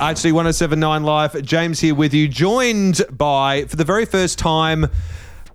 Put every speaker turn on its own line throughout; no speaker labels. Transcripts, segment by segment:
Actually, 1079 Live. James here with you, joined by, for the very first time,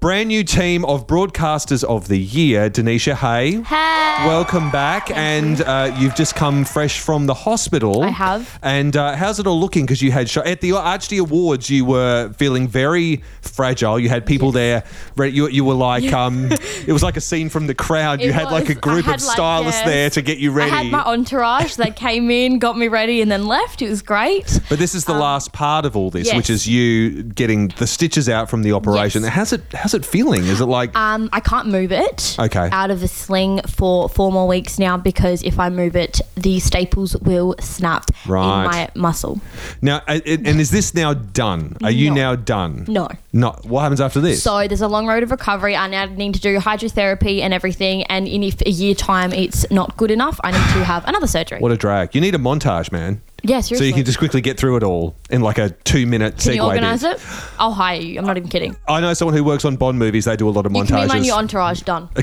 brand new team of broadcasters of the year, Denisha Hay.
Hey.
Welcome back, and uh, you've just come fresh from the hospital.
I have.
And uh, how's it all looking? Because you had sh- at the Archie Awards, you were feeling very fragile. You had people there. re- You, you were like, um, it was like a scene from the crowd. you
It
had like a
was. I
group
had,
of
like,
stylists
yes.
there to get you
I
ready.
had my entourage that came in, got me ready, and then left. It was great.
But this is the last part of all this,
Um, yes.
which is you getting the stitches out from the operation.
Yes.
How's it? How's it feeling? Is it like?
Um, I can't move it
Okay.
out of the sling for four more weeks now because if I move it, the staples will snap
Right.
in my muscle.
now, uh, it- and is this now done? Are you
No.
now done?
No.
Not. What happens after this?
So there's a long road of recovery. I now need to do hydrotherapy and everything. And in if a year time it's not good enough, I need to have another surgery.
what a drag! You need a montage, man.
Yeah,
So you
seriously.
can just quickly get through it all in like a two-minute
Can
segue.
you organise
bit.
it? I'll hire you. I'm not even kidding.
I know someone who works on Bond movies. They do a lot of
You can be my
montages.
new entourage. Done.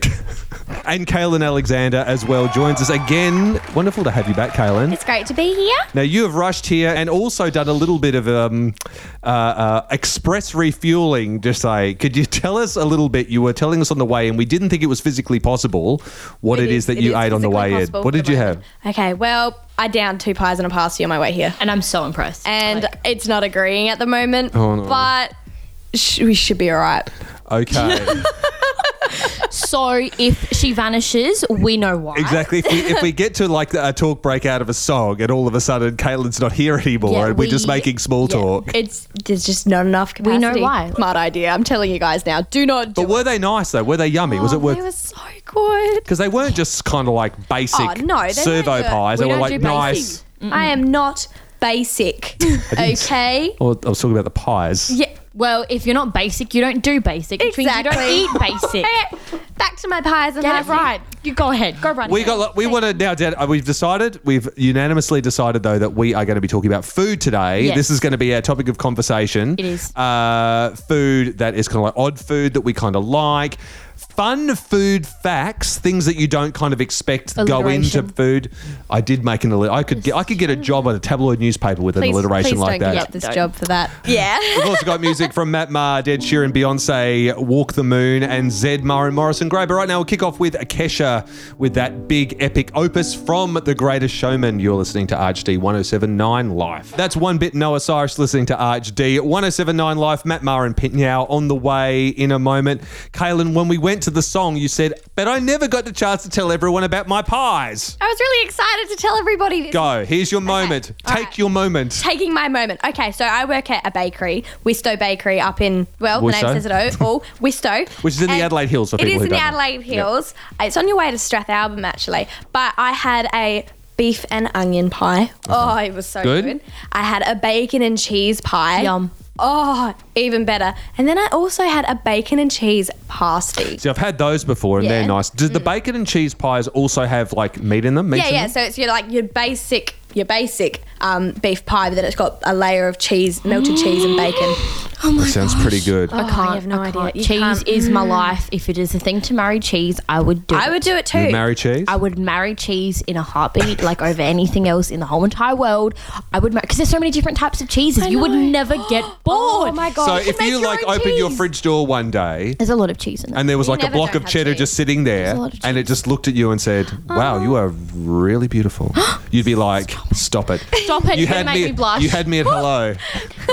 and Kaylin Alexander as well joins us again. Wonderful to have you back, Kaylin.
It's great to be here.
Now you have rushed here and also done a little bit of um, uh, uh, express refueling. Just say, could you tell us a little bit? You were telling us on the way, and we didn't think it was physically possible what it
It
is,
is-
that
it
you
is
ate on the
physically
way in.
possible
What
for
did you
my-
have?
Okay, well, I downed two pies and a pasty on my way here.
And I'm so impressed.
And
Like,
it's not agreeing at the moment,
Oh, no.
but sh- we should be all right.
Okay,
so if she vanishes, we know why.
exactly. If we, if we get to like a talk break out of a song, and all of a sudden Caitlin's not here anymore,
Yeah,
and we're just
we-
making small
yeah.
talk.
It's There's just not enough capacity.
know why.
Smart idea. I'm telling you guys now. Do not do
But were they nice though? Were they yummy?
Oh,
was it
it.
worth?
Oh, They were so good.
Because they weren't just kind of like basic
Oh, no. they're
servo
not-
pies.
we
they were
don't do
like
basic.
nice.
I am not basic. okay?
Oh, I was talking about the pies.
Yeah.
Well, if you're not basic, you don't do basic. Which means you don't eat basic.
Back to my pies and
Get it
pasty.
right. You go ahead. Go right.
We got. We want to now. Dan, uh, We've decided. We've unanimously decided though that we are going to be talking about food today.
Yes.
This is going to be our topic of conversation.
It is.
uh, food that is kind of like odd food that we kind of like. Fun food facts, things that you don't kind of expect go into
Alliteration.
food. I did make an. alli- I could get. I could get a job at a tabloid newspaper with an
Please,
alliteration
please
like
don't
that.
get this job for that. Yeah.
We've also got music from Matt Maher, Dead Sheeran, Beyonce, Walk the Moon, and Zed Maher and Morrison Gray. But right now, we'll kick off with Akesha with that big epic opus from The Greatest Showman. You're listening to ArchD 1079 Live. That's one bit Noah Cyrus listening to ArchD 1079 Live. Matt Maher and Pitnow on the way in a moment. Kaylin, when we went to the song, you said, But I never got the chance to tell everyone about my pies.
I was really excited to tell everybody. this.
Go. Here's your moment.
All
Take
right.
your moment.
Taking my moment. Okay, so I work at a bakery, Wisto Bakery, up in well, the
Wisto?
name says it all, Wisto,
Which is in the Adelaide Hills, for
It
people
is
who
in the
don't know.
Adelaide
Yep.
Hills. It's on your way to Strathalbyn, actually. But I had a beef and onion pie. Oh, it was so
Uh-huh. Good.
good. I had a bacon and cheese pie.
Yum.
Oh, even better. And then I also had a bacon and cheese pasty.
See, I've had those before, and they're
Yeah.
nice. Does the bacon and cheese pies also have like meat in them? Meat
Yeah,
in
yeah.
them?
So it's your like your basic your basic um, beef pie, but then it's got a layer of cheese, melted cheese, and bacon.
That sounds pretty good.
Oh, I can't. I have no idea. Cheese is my life. If it is a thing to marry cheese, I would do.
I
it.
would do it too.
You marry cheese?
I would marry cheese in a heartbeat, like over anything else in the whole entire world. I would marry because there's so many different types of cheeses. you would never get bored.
Oh my god!
so
You should
if
make
you
your
like
own
opened your
cheese.
fridge door one day
There's a lot of cheese in there.
and there was
You
like a
never
block
don't
of
have
cheddar
cheese.
just sitting there,
a lot of
and it
cheese.
just looked at you and said, "Wow, you are really beautiful." You'd be like, "Stop it!
Stop it!
You
You
had
make me, blush.
You had me at hello.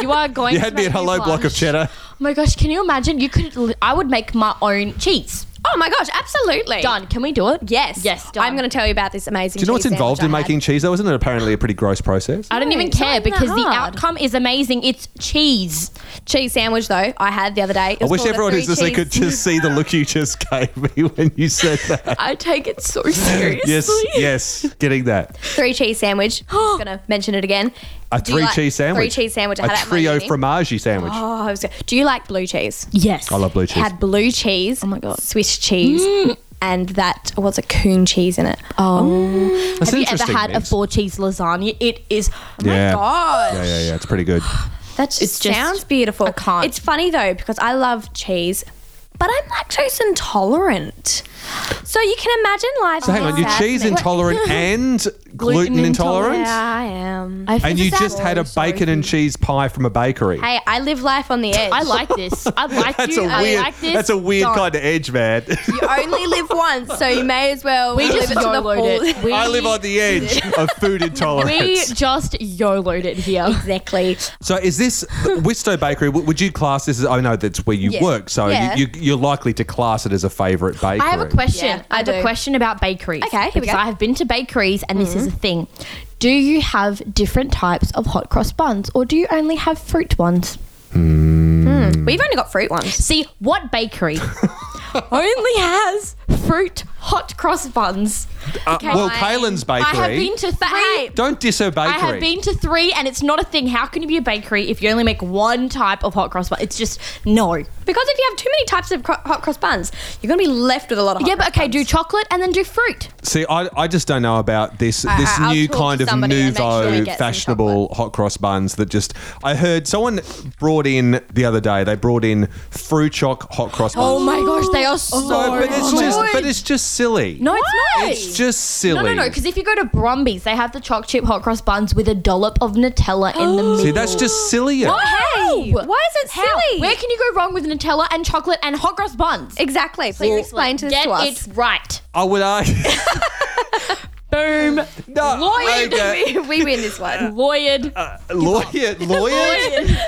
You are going.
you
to
had me
make
at hello block of
blush.
cheddar.
Oh my gosh! Can you imagine? You could. li- I would make my own cheese.
oh my gosh! Absolutely
Done. Can we do it?
Yes,
Yes. Done.
I'm going to tell you about this amazing.
Do you know what's involved in making cheese? Though isn't it apparently a pretty gross process?
I don't even
it's not
care
even that
because the
hard.
outcome is amazing. It's cheese.
cheese sandwich though? I had the other day. It
I
was
wish
called a
everyone who's
three
listening could
cheese-
just see the look you just gave me when you said that.
I take it so seriously.
yes, yes, getting that.
Three cheese sandwich. I'm going to mention it again.
A
Do you
three
like-
cheese sandwich.
Three cheese sandwich. I
A
had it at my
trio
uni.
fromage sandwich.
Oh, I was go- do you like blue cheese?
Yes.
I love blue cheese.
Had blue cheese. Oh Mm.
my God.
Swiss cheese. And that was a coon cheese in it. Mm.
Oh.
That's
Have you ever
interesting
had
mix.
a Oh four cheese lasagna? It is.
yeah.
gosh.
Yeah, yeah, yeah. It's pretty good.
That just,
It's just-
sounds beautiful.
I can't.
It's funny though because I love cheese, but I'm lactose intolerant. So you can imagine life.
So hang on, you're cheese intolerant and gluten,
Gluten
intolerant,
intolerant.
Yeah, I am.
I feel
and you
sad.
just had a
Sorry
bacon
for
and
you.
cheese pie from a bakery.
Hey, I live life on the edge.
I like this. I like
that's
you.
a weird.
I like this.
that's a weird
Don't.
kind of edge, man.
you only live once, so you may as well
We
live
just
it to the
YOLO'd
full.
it. We,
I live on the edge of food intolerance.
We just YOLO'd it here.
Exactly.
So is this Wisto Bakery? w- Would you class this as? Oh no, that's where you
Yeah.
work. So
Yeah.
you, you, you're likely to class it as a favourite bakery.
I have a question.
Yeah,
I
I
have a
do.
question about bakeries.
Okay, here we
because
go. Mm-hmm.
I have been to bakeries, and this is a thing. Do you have different types of hot cross buns, or do you only have fruit ones?
We've only got fruit ones.
See, what bakery only has fruit hot cross buns? Okay,
Uh, well,
I-
Kalen's Bakery.
I have been to three.
But hey,
Don't diss her bakery.
I have been to three, and it's not a thing. How can you be a bakery if you only make one type of hot cross bun? It's just no.
because if you have too many types of cro- hot cross buns, you're going to be left with a lot of hot
Yeah, but
cross
okay,
buns.
do chocolate and then do fruit.
See, I, I just don't know about this
I-
this
I'll
new
talk to
kind of
somebody and make sure
nouveau
they get some
fashionable hot cross buns that just I heard someone brought in the other day. They brought in fruit choc hot cross buns.
Oh my gosh, they are so.
So- but it's
good.
just but it's just silly.
No, it's not.
it's just
no,
silly.
no, no. Because if you go to Brumbies, they have the choc chip hot cross buns with a dollop of Nutella in the middle.
Oh. See, that's just sillier.
hey,
Why is it
How?
silly?
Where can you go wrong with Nutella and chocolate and hot cross buns?
Exactly. Please explain to this
Get
to us.
it right.
I would argue.
Boom.
No,
Lloyd.
okay.
we, we win this one.
Lawyered.
Uh, Lawyer, lawyer. I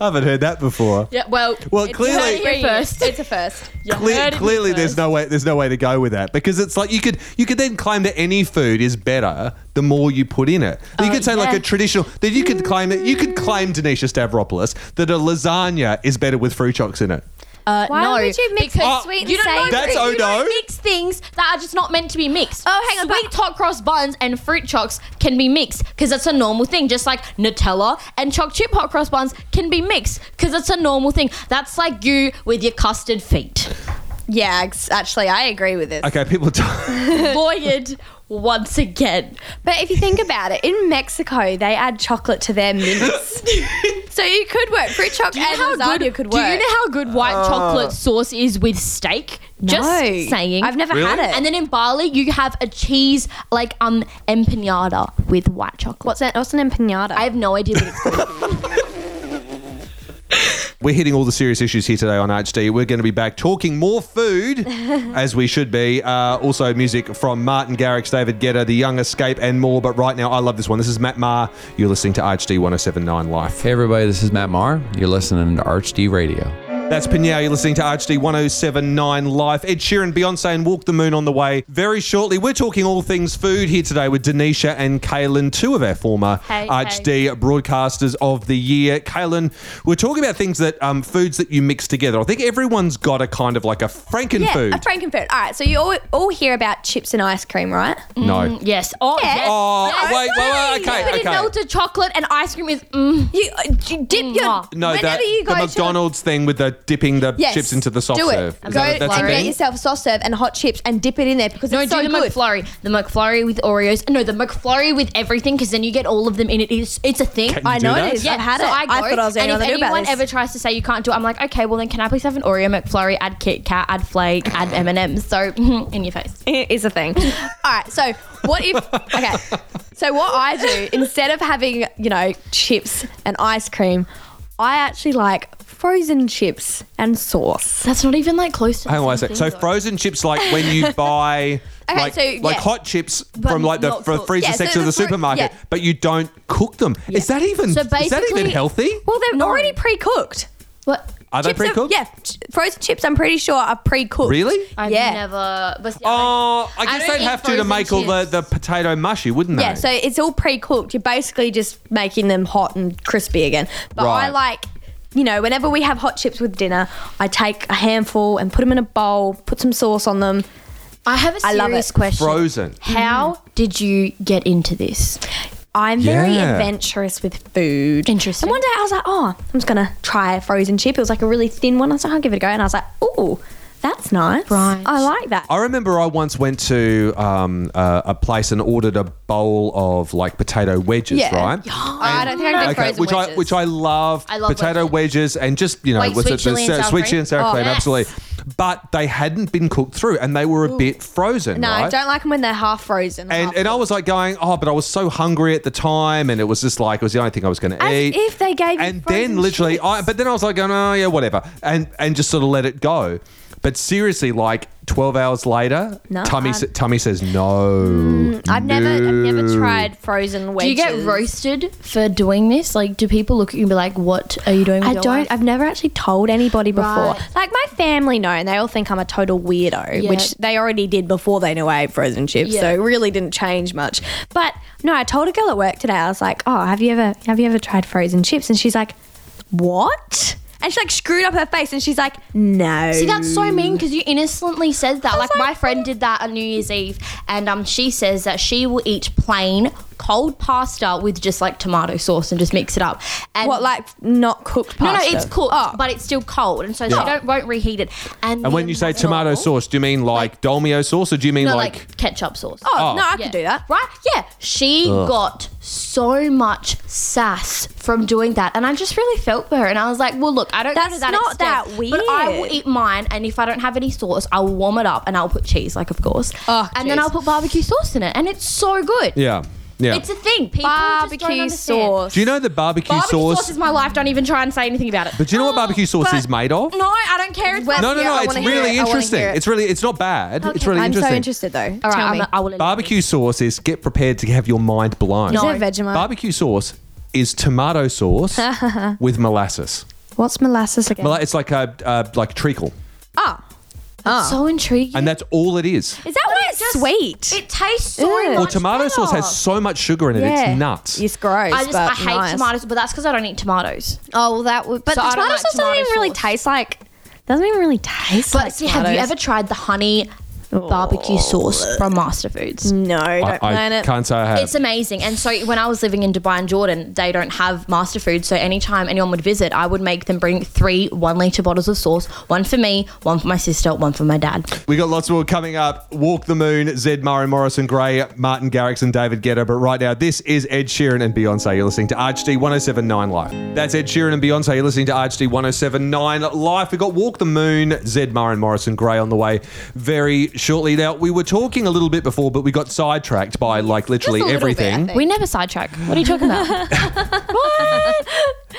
haven't heard that before.
yeah. Well.
Well,
it's
clearly-
heard it here first.
It's a first.
You
Cle-
heard it here
clearly,
first.
there's no way. There's no way to go with that because it's like you could you could then claim that any food is better the more you put in it. You could say like
yeah.
a traditional. That you could claim that you could claim Denisha Stavropoulos that a lasagna is better with fruit chocks in it.
Uh,
Why
no,
would you mix
because-
Oh,
sweet and
You don't know
savory?
That's oh
you don't
no.
mix things that are just not meant to be mixed.
Oh, hang on,
Sweet hot cross buns and fruit chocks can be mixed because that's a normal thing. Just like Nutella and choc chip hot cross buns can be mixed because it's a normal thing. That's like you with your custard feet.
Yeah, ex- actually, I agree with this.
Okay, people. T-
Lawyered once again.
But if you think about it, in Mexico, they add chocolate to their mints. so you could work fruit chocolate and lasagna could
do
work.
you know how good white
Oh.
chocolate sauce is with steak? Just
No.
saying.
I've never
Really?
had it.
And then in Bali, you have a cheese like um empanada with white chocolate.
what's, an, what's an empanada?
I have no idea what it's called.
We're hitting all the serious issues here today on HD. We're going to be back talking more food, as we should be. Uh, also, music from Martin Garrix, David Guetta, The Young Escape, and more. But right now, I love this one. This is Matt Maher. You're listening to HD 1079 Life.
Hey everybody, this is Matt Maher. You're listening to ArchD Radio.
That's Pinyao. You're listening to HD 1079 Life. Ed Sheeran, Beyonce, and Walk the Moon on the way very shortly. We're talking all things food here today with Denisha and Kaylin, two of our former
Hey,
HD
hey.
broadcasters of the year. Kaylin, we're talking about things that, um, foods that you mix together. I think everyone's got a kind of like a Franken
yeah,
food.
a frankenfood. All right, so you all, all hear about chips and ice cream, right?
no.
yes. Oh,
Yeah.
yes.
Oh,
Yes.
wait, wait, wait, okay, okay.
But in melted chocolate and ice cream is. Mm,
You, uh, you dip your
Mwah.
No,
whenever
that,
you go
the
to
McDonald's thing with the dipping the
Yes,
chips into the soft
do it.
serve.
Go
that- that's a
and get
thing?
yourself a soft serve and hot chips and dip it in there because
no,
it's
do
so
the
good.
McFlurry. The McFlurry with Oreos. No, the McFlurry with everything because then you get all of them in it. It's, it's a thing.
Can you
I
do
know
that?
it is. I've had
so
it.
I, go,
thought I was the
and
only
if
one that knew about
anyone
this.
ever tries to say you can't do it, I'm like, okay, well then can I please have an Oreo McFlurry, add Kit Kat, add Flake, add M&M's? So in your face.
It is a thing. All right. So what if? Okay. So what I do instead of having you know chips and ice cream, I actually like frozen chips and sauce.
That's not even like close to. the
Hang on one
same
sec. So
thing, though.
frozen chips, like when you buy
Okay,
like,
so, yeah.
like hot chips from like the
not
fr-
cooked.
freezer
Yeah, so
section of the
the fro-
supermarket,
yeah.
but you don't cook them. Is that even
So
is that even
basically-
healthy?
Well, they're
No.
already pre-cooked.
What?
Are they
Chips are-
pre-cooked?
Yeah, ch- frozen chips. I'm pretty sure are pre-cooked.
Really?
I've
yeah.
never. But see, I-
Oh, I guess
don't
they'd
eat
have to to
frozen
make all the,
chips.
the potato mushy, wouldn't they?
Yeah, so it's all pre-cooked. You're basically just making them hot and crispy again. But I
Right.
like, you know, whenever we have hot chips with dinner, I take a handful and put them in a bowl, put some sauce on them.
I Mm-hmm. have a
I
serious
love it.
question.
frozen.
How did you get into this?
I'm very
Yeah.
adventurous with food.
Interesting.
And one day I was like, oh, I'm just gonna try a frozen chip. It was like a really thin one. I was like, I'll give it a go. And I was like, ooh, that's nice.
Right.
I like that.
I remember I once went to um, uh, a place and ordered a bowl of like potato wedges,
Yeah.
right?
I don't think I can do frozen
which I
wedges.
which I love.
I love
potato wedges. and just you know
Like
what's
sweet
it?
chili and
sa-
sour
sweet
cream?
chili and sour
Oh,
cream,
yes.
absolutely. but they hadn't been cooked through and they were a bit frozen.
No, I
right?
don't like them when they're half frozen.
And,
half
and I was like going, oh, but I was so hungry at the time, and it was just like it was the only thing I was going to
As
eat.
if they gave you
And then
frozen
literally,
chips.
I but then I was like going, oh yeah, whatever, and and just sort of let it go. But seriously, like twelve hours later,
No,
tummy
I'd-
sa- tummy says no.
I've never, I've
no."
never tried frozen
Do you
wedges.
get roasted for doing this? Like, do people look at you and be like, "What are you doing?" With
I
your
don't.
life?"
I've never actually told anybody before.
Right.
Like my family know, and they all think I'm a total weirdo,
Yeah.
which they already did before they knew I ate frozen chips.
Yeah.
So it really didn't change much. But no, I told a girl at work today. I was like, "Oh, have you ever have you ever tried frozen chips?" And she's like, "What?" And she like screwed up her face, and she's like, "No."
See, that's so mean
Mm.
because you innocently said that. Like,
like,
my friend did that on New Year's Eve, and um, she says that she will eat plain cold pasta with just like tomato sauce and just mix it up. And
what like not cooked
No, no,
pasta?
it's cooked,
Oh.
but it's still cold, and so
Yeah.
she don't won't reheat it. And,
And when
the
you say
amount-
tomato sauce, do you mean like Dolmio sauce, or do you mean
no,
like,
like, ketchup sauce.
Oh,
Oh.
no, I
Yeah.
could do that.
Right? Yeah. She got so much sass from doing that. And I just really felt for her. And I was like, well, look, I don't
That's
go to that
not
extent,
that
But I will
weird.
eat mine. And if I don't have any sauce, I'll warm it up and I'll put cheese, like, of course.
Oh,
and then
cheese.
I'll put barbecue sauce in it. And it's so good.
yeah, yeah?
It's a thing. People just don't
Barbecue
understand.
sauce.
do you know the barbecue,
Barbecue sauce.
sauce?
is my life. Don't even try and say anything about it.
but do you know what barbecue sauce
Oh, but-
is made of?
no, I don't care. It's
Well,
no, no,
barbecue.
yeah,
no
I
it's
wanna hear
really
it, I wanna
interesting.
hear it.
It's really, it's not bad. It's really
I'm
interesting.
so interested though.
All right,
Tell
I'm
me.
not- I will admit
Barbecue sauce is get prepared to have your mind blown.
No.
Is it Vegemite?
Barbecue sauce is tomato sauce with molasses.
What's molasses again?
Mola- It's like a uh, like treacle,
Ah,
It's so intriguing.
and that's all it is.
is that why
it
Oh, it's
just-
sweet?
it tastes so
Ew.
much
Well,
Well, tomato sauce
better.
has so much sugar in it. It's nuts.
It's gross.
I just
but
I hate
nice.
tomatoes, but that's because I don't eat tomatoes.
Oh, well, that would. But
So
the
I don't
tomato
like
sauce doesn't
tomato
even really
sauce.
taste like. Doesn't even really taste
But
like.
see, have you
tomatoes.
ever tried the honey barbecue sauce from Master Foods?
No,
I,
don't
I
plan it.
can't say I have.
It's amazing. And so when I was living in Dubai and Jordan, they don't have master food. So anytime anyone would visit, I would make them bring three one litre bottles of sauce one for me, one for my sister, one for my dad.
We got lots more coming up. Walk the Moon, Zed Murray Morrison Gray, Martin Garrix, and David Guetta. But right now, this is Ed Sheeran and Beyonce. You're listening to RHD 1079 Live. That's Ed Sheeran and Beyonce. You're listening to RHD 1079 Live. We got Walk the Moon, Zed Murray and Morrison Gray on the way very shortly. Now, we were talking a little bit before, but we got sidetracked by like literally
little bit, I
everything.
think.
We never sidetrack. What are you talking about?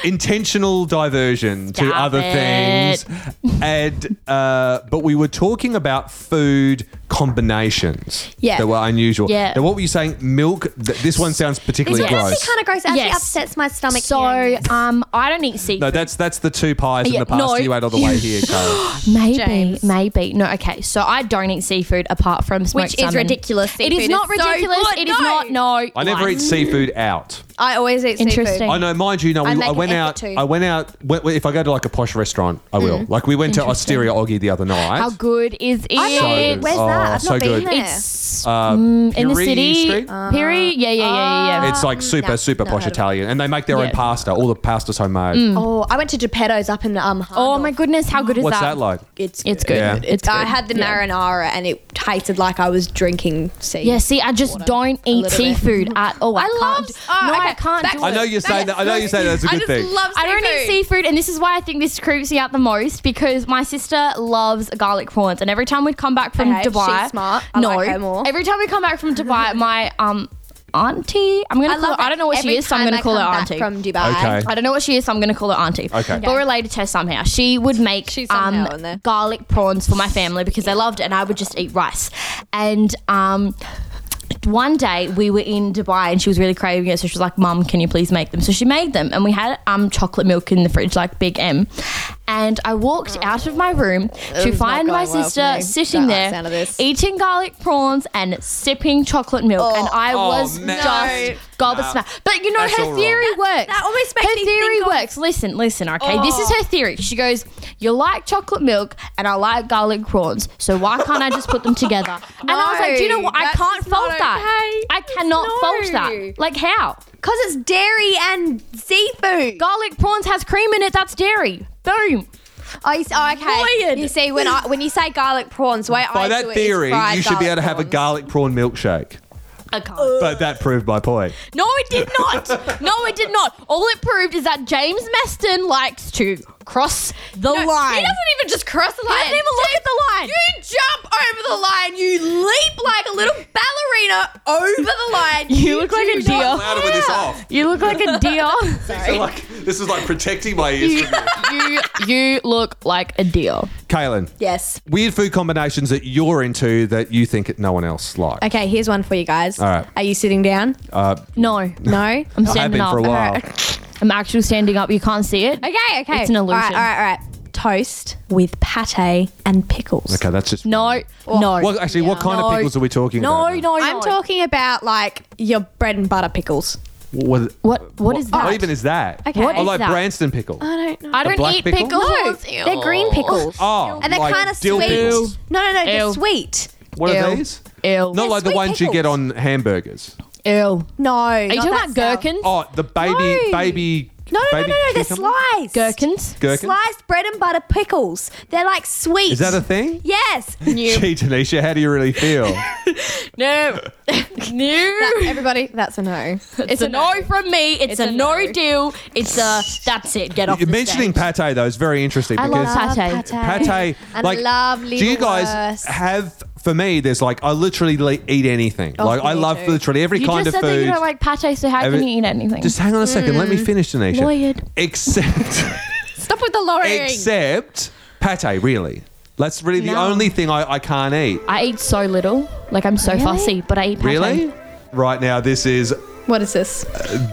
intentional diversion to
Stop
other
it.
things and uh, but we were talking about food combinations
Yeah.
that were unusual
Yeah.
now what were you saying milk th- this one sounds particularly
This one
gross
actually kind of gross. It Actually,
Yes.
upsets my stomach.
so
hearing this.
um, I don't eat seafood.
no that's that's the two pies
Yeah,
in the pasta
no.
you ate on the way here Carl.
Maybe,
James.
maybe. No, okay. So I don't eat seafood apart from smoked
Which is
salmon.
ridiculous.
It is
Seafood
not
is so
ridiculous.
good.
It is
No.
not. No,
i never
lies.
eat seafood out
I always eat
Interesting.
seafood.
I know, mind you. No, we,
I make
I
an
went
effort
out.
to.
I went out. w- w- If I go to like a posh restaurant, I will. Like we went to
Mm-hmm. Interesting.
Osteria Oggy the other night.
How good is it?
I'm not-
good.
Where's
Oh,
that? I've
so
not been
good.
there.
It's
Uh,
mm, in the
Piri
city.
Street?
Uh-huh.
Piri? Yeah, yeah, yeah, yeah. yeah.
It's like super,
no,
super
no,
posh
I don't.
Italian, and they make their own
Yeah.
pasta. All the pasta's homemade.
Mm.
oh, I went to Geppetto's up in um.
oh
Harndorf.
my goodness, how good is
What's
that?
that like?
It's
It's good.
Yeah.
It's good.
I had the
Yeah.
marinara and it tasted like I was drinking sea.
Yeah, see, I just don't eat
little bit.
seafood at all. I,
I
can't
love.
do-
oh,
no,
okay,
I can't
back
do
to
it.
I know
it.
you're saying that- I know you're saying that's a good
I
thing.
just love
I don't eat
seafood.
seafood, and this is why I think this creeps me out the most because my sister loves garlic prawns, and every time we'd come back from
Okay, she's
Dubai,
smart. I
no,
like her more.
every time we come back from Dubai, my um auntie, I'm gonna
I
call her,
love.
I don't know what
every
she is, so I'm
time
gonna
I
call her
come back
auntie.
from Dubai.
Okay.
I don't know what she is, so I'm going to call her auntie.
Okay.
But related to her somehow. She would make
She's somehow in there.
um, garlic prawns for my family because they loved it, and I would just eat rice. And um, one day we were in Dubai and she was really craving it, so she was like, Mum, can you please make them? So she made them, and we had um, chocolate milk in the fridge, like Big M. And I walked out of my room to
was Oh. not
find my
going well for
sister
me.
sitting
Don't like
there
the sound of this.
eating garlic prawns and sipping chocolate milk, and I
Oh,
was
man.
just gobsmacked. But you know,
That's all
her
wrong.
theory works.
that almost makes
her
me
theory
think of- Oh.
works. Listen, listen, okay. This is her theory. She goes, "You like chocolate milk, and I like garlic prawns. So why can't I just put them together?" and I was like, "Do you know what? I
that's
can't
just not
fault that.
okay.
I cannot
No.
fault that. Like how?
Because it's dairy and seafood.
Garlic prawns has cream in it. That's dairy. Boom.
Oh, you, s- oh, okay.
Weird.
You see, when I when you say garlic prawns, the way
By
I do
that
it is
theory,
fried
you should be able to have a
prawns.
garlic prawn milkshake.
I can't.
Uh.
But that proved my point.
No, it did not. no, it did not. All it proved is that James Meston likes to cross the
No,
line.
He doesn't even just cross the line.
doesn't even look
Dude,
at the line.
You jump over the line. You leap like a little ballerina over the line.
You look like
do
a deer.
not-
Louder with this off.
you look like a deer.
So like, this is like protecting my ears from you.
you you look like a deer.
Kaylin,
Yes.
weird food combinations that you're into that you think no one else likes.
Okay, here's one for you guys. All
right. Uh,
Are you sitting down?
No, I'm
No.
I have
standing
been
up.
for a while.
I'm actually standing up. You can't see it.
Okay, okay.
It's an illusion.
All right, all right, all right. Toast with pate and pickles.
Okay, that's just.
No, no.
Well, actually, what kind of
No.
pickles are we talking
no,
about?
no, no.
I'm talking about like your bread and butter pickles.
What,
What- what is that?
What even is that?
Okay. What Uh,
oh,
is
like
that?
Branston pickle.
I don't know.
I
A
don't
black
eat
pickle?
pickles.
No, they're green pickles.
Oh,
and they're
like
kind of
dill
sweet.
pickles.
No, no, no, they're
Ew.
sweet.
What are
Ew.
these?
Ew.
Not like the
sweet
ones you get
pickles.
on hamburgers.
Ew. Are
No. Are
you talking about gherkins?
Oh, the baby, baby.
No, no, no,
baby
no, no, they're
cucumber?
sliced.
Gherkins?
Gherkin?
Sliced bread and butter pickles. They're like sweet.
Is that a thing?
Yes.
Gee, Tanisha, how do you really feel?
No. no.
Everybody, that's a no.
It's a no from me. It's, a,
a
no,
no.
deal. It's a that's it. Get off.
You're
the
mentioning
stage.
pate though is very interesting
I
because
love pate.
pate,
And
like,
lovely
do you guys
worst.
have? For me, there's like I literally li- eat anything. like I
me
love
too.
literally every
You
kind
just
of
said that you
food.
don't like pate, so how
Every-
can you eat anything?
Just hang on a second. Let me
Mm.
finish, Tanisha.
Lawyered.
Except,
Stop with the lowering.
except pate. Really, that's really the
No.
only thing I, I can't eat.
I eat so little. Like I'm so fussy, but I eat pate.
Really? Right now, this is
what is this?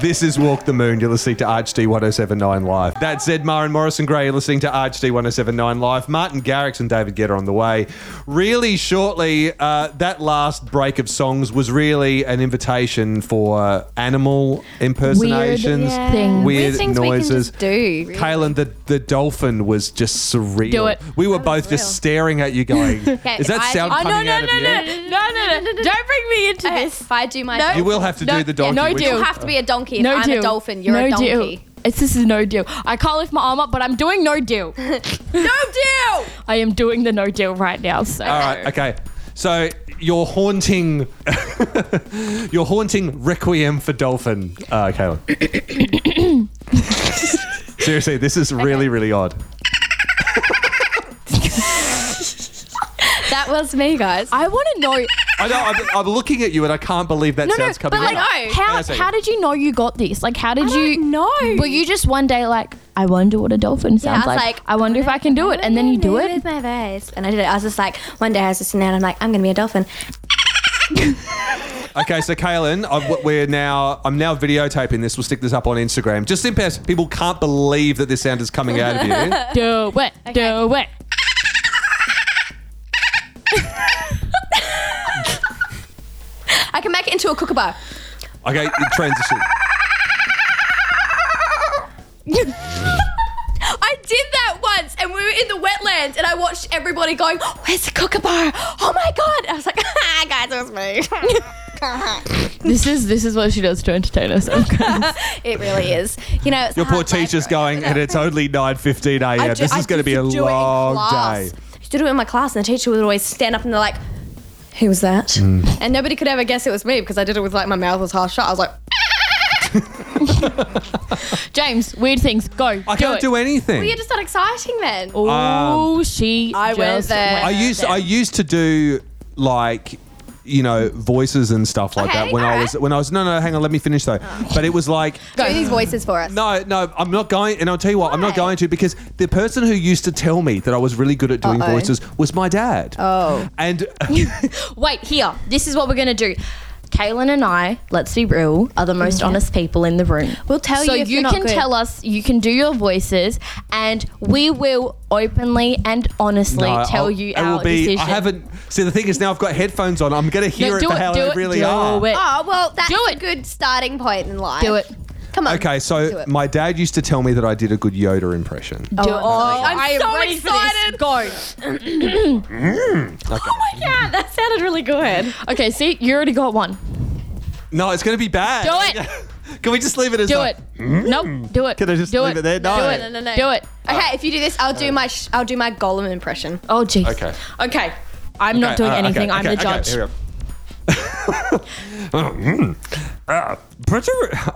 This is Walk the Moon. You're listening to ArchD 1079 Live. That's Ed Mar and Morrison Gray. You're listening to ArchD 1079 Live. Martin Garrix and David Guetta on the way. Really shortly, uh, that last break of songs was really an invitation for animal impersonations,
yeah. things.
weird,
things we can
noises.
just do, really.
Kaylin, the, the dolphin was just surreal.
Do it.
We were both just staring at you going, is that
I-
sound
Oh no
coming
no
out
no
of
no
you?
no no no! Don't bring me into this.
If I do my
You will have to
No,
do the donkey. which-
no deal.
You have to be a donkey. If
No
I'm
deal.
a dolphin, you're
no
a donkey.
Deal. It's this is no deal. I can't lift my arm up, but I'm doing no deal.
No deal.
I am doing the no deal right now. So
All right. Okay. So your haunting, your haunting requiem for dolphin, uh, Caleb. Seriously, this is really, really odd.
That was me, guys.
I want to know.
I know. I'm, I'm looking at you, and I can't believe that sounds coming.
but like,
out.
No.
Hang on
how
a second.
how did you know you got this? Like, how did you
No.
Were you just one day like, I wonder what a dolphin sounds
I was
like.
like,
I wonder if I can do it, and then you do it.
With my voice, and I did it. I was just like, one day I was just sitting there, and I'm like, I'm gonna be a dolphin.
Okay, so Kaylin, I've, we're now. I'm now videotaping this. We'll stick this up on Instagram. Just in case people can't believe that this sound is coming out of you.
Do it, do it.
I can make it into a kookaburra.
Okay, transition.
I did that once, and we were in the wetlands, and I watched everybody going, "Where's the kookaburra? Oh my god!" I was like, ah, "Guys, it was me."
This is this is what she does to entertain herself.
it really is. You know, it's
Your
a
poor
hard life
teacher's
for
going,
us.
and it's only 9:15
I
a.m.
ju-
This
I
is going to be a
used do it in
long day.
class. I used to do it in my class, and the teacher would always stand up and they're like, "Who was that?"
Mm.
And nobody could ever guess it was me because I did it with like my mouth was half shut. I was like,
James, weird things. Go.
I can't do Um, anything.
"You're just not exciting then."
Oh, she.
I went
just
there.
went
I used I used to do like you know voices and stuff like
Okay,
that when I was
alright.
when I was no no hang on let me finish though
Oh.
but it was like
Do these voices for us.
no no I'm not going and I'll tell you what I'm not
Why?
going to because the person who used to tell me that I was really good at doing
Uh-oh.
voices was my dad
Oh.
and
Wait, here. This is what we're gonna do. Kaylin and I, let's be real, are the most honest people in the room.
We'll tell
so
you
you
if you're not
can
good.
tell us, you can do your voices, and we will openly and honestly
No,
tell
I'll-
you
it
our
will be,
decision.
I haven't see the thing is now I've got headphones on I'm gonna hear
No,
it
do
for
it,
how
do
they
it,
really
do
are
It.
Oh well, that's
Do
a
it.
good starting point in life.
Do it.
Come on.
okay
Do
so
it.
my dad used to tell me that I did a good Yoda impression
Oh,
Do it. Oh,
I'm
I am
so
ready for this.
excited.
Go.
Yeah, Oh that sounded really good.
Okay, see, you already got one.
no it's gonna be bad
Do it.
can we just leave it as
Do
a-
it. No, do it.
Can I just
do
leave it there? No.
Do it.
No,
no, no.
Do it.
Okay, if you do this, I'll
Uh.
do my sh- I'll do my golem impression.
Oh, jeez.
okay
Okay. I'm not
Okay,
doing
alright,
anything.
okay,
I'm
okay,
the
okay,
judge.
here we go. Pretty. Uh,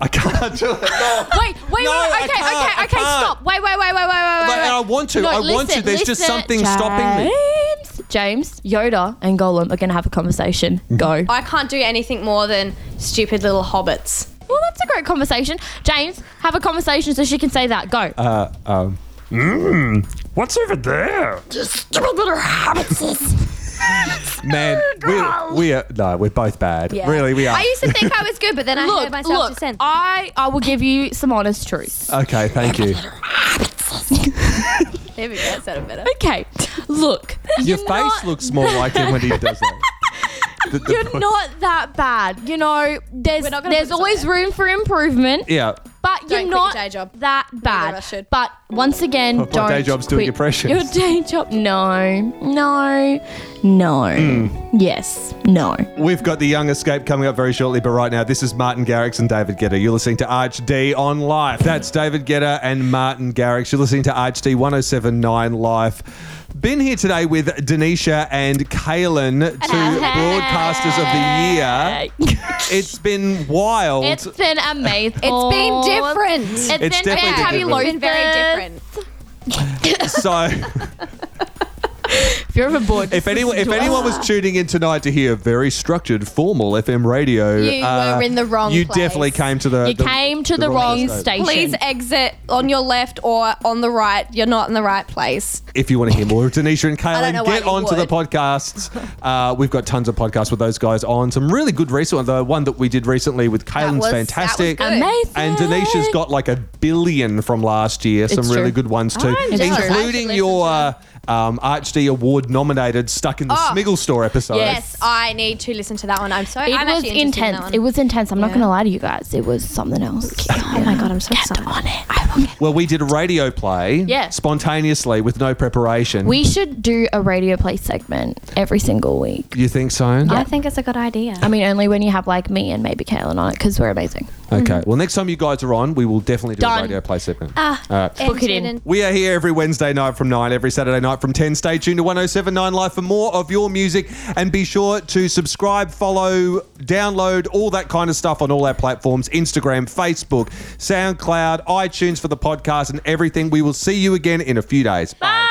I can't do it. No.
Wait, wait, wait,
No, I
wait, okay,
can't, I
okay, okay,
can't.
stop. Wait, wait, wait, wait, wait, wait,
But
wait.
I want to, I want to. There's just something stopping me.
James, James, Yoda, and Golem are going to have a conversation. Go.
Mm-hmm.
I can't do anything more than stupid little hobbits.
Well, that's a great conversation. James, have a conversation so she can say that. Go.
Uh, um.
What's over there?
Man, we're, we're no, we're both bad. Really, we are.
I used to think I was good, but then I
look,
heard myself
look.
dissent.
I, I will give you some honest truth.
okay, thank you.
There we go. That sounded better.
Okay. Look.
Your
you're
face
not-
looks more like him when he does that. The- the-
You're not that bad. You know, there's
We're not gonna put
there's
this on
always
air.
room for improvement.
yeah.
But
Don't
you're
quit
not
your day job.
that
us
bad.
should.
But once again,
But my
don't
day job's doing
quit
impressions.
Your day job? No, no, no.
Hmm.
Yes, no.
We've got The Young Escape coming up very shortly, but right now, this is Martin Garrix and David Guetta. You're listening to Arch D on Life. That's David Guetta and Martin Garrix. You're listening to Arch D 1079 Life. Been here today with Denisha and Kaylin, two broadcasters of the year. It's been wild.
It's been amazing.
It's been different.
It's,
It's
been
definitely been
bad.
It's been very different.
so,
If you're ever bored,
if anyone, if anyone was tuning in tonight to hear very structured, formal FM radio, uh,
You were in the wrong
You
place.
definitely came to the.
you
the-
came to the, wrong station.
Please exit on your left or on the right. You're not in the right place.
if you want to hear more of Denisha and
don't
Kaylin,
know why
get
you
onto the
would.
podcasts. Uh, we've got tons of podcasts with those guys on. Some really good recent The one that we did recently with Kaylin's
was- that was
fantastic.
good.
Amazing.
And Denisha's got like a billion from last year. Some really
true.
good ones too,
I'm just
excited to
including
listen
your um, Archd Award nominated "Stuck in the
Oh.
Smiggle Store" episode.
Yes.
Yes, I need to listen to that one. I'm so.
It
I'm
was
actually interested in that
intense.
one.
it was intense. I'm not going to lie to you guys. It was something else. oh my god, I'm so excited on it.
Well, we did a radio play
Yeah.
spontaneously with no preparation.
We should do a radio play segment every single week.
you think so?
I think it's a good idea.
I mean, only when you have like me and maybe Kaylin on it because we're amazing.
Okay. Well, next time you guys are on, we will definitely do a
Done.
radio play segment.
Ah,
All right.
Book it in.
We are here every Wednesday night from 9, every Saturday night from 10. Stay tuned to 1079 Live for more of your music and be sure to subscribe, follow, download, all that kind of stuff on all our platforms Instagram, Facebook, SoundCloud, iTunes for the podcast, and everything. We will see you again in a few days. Bye.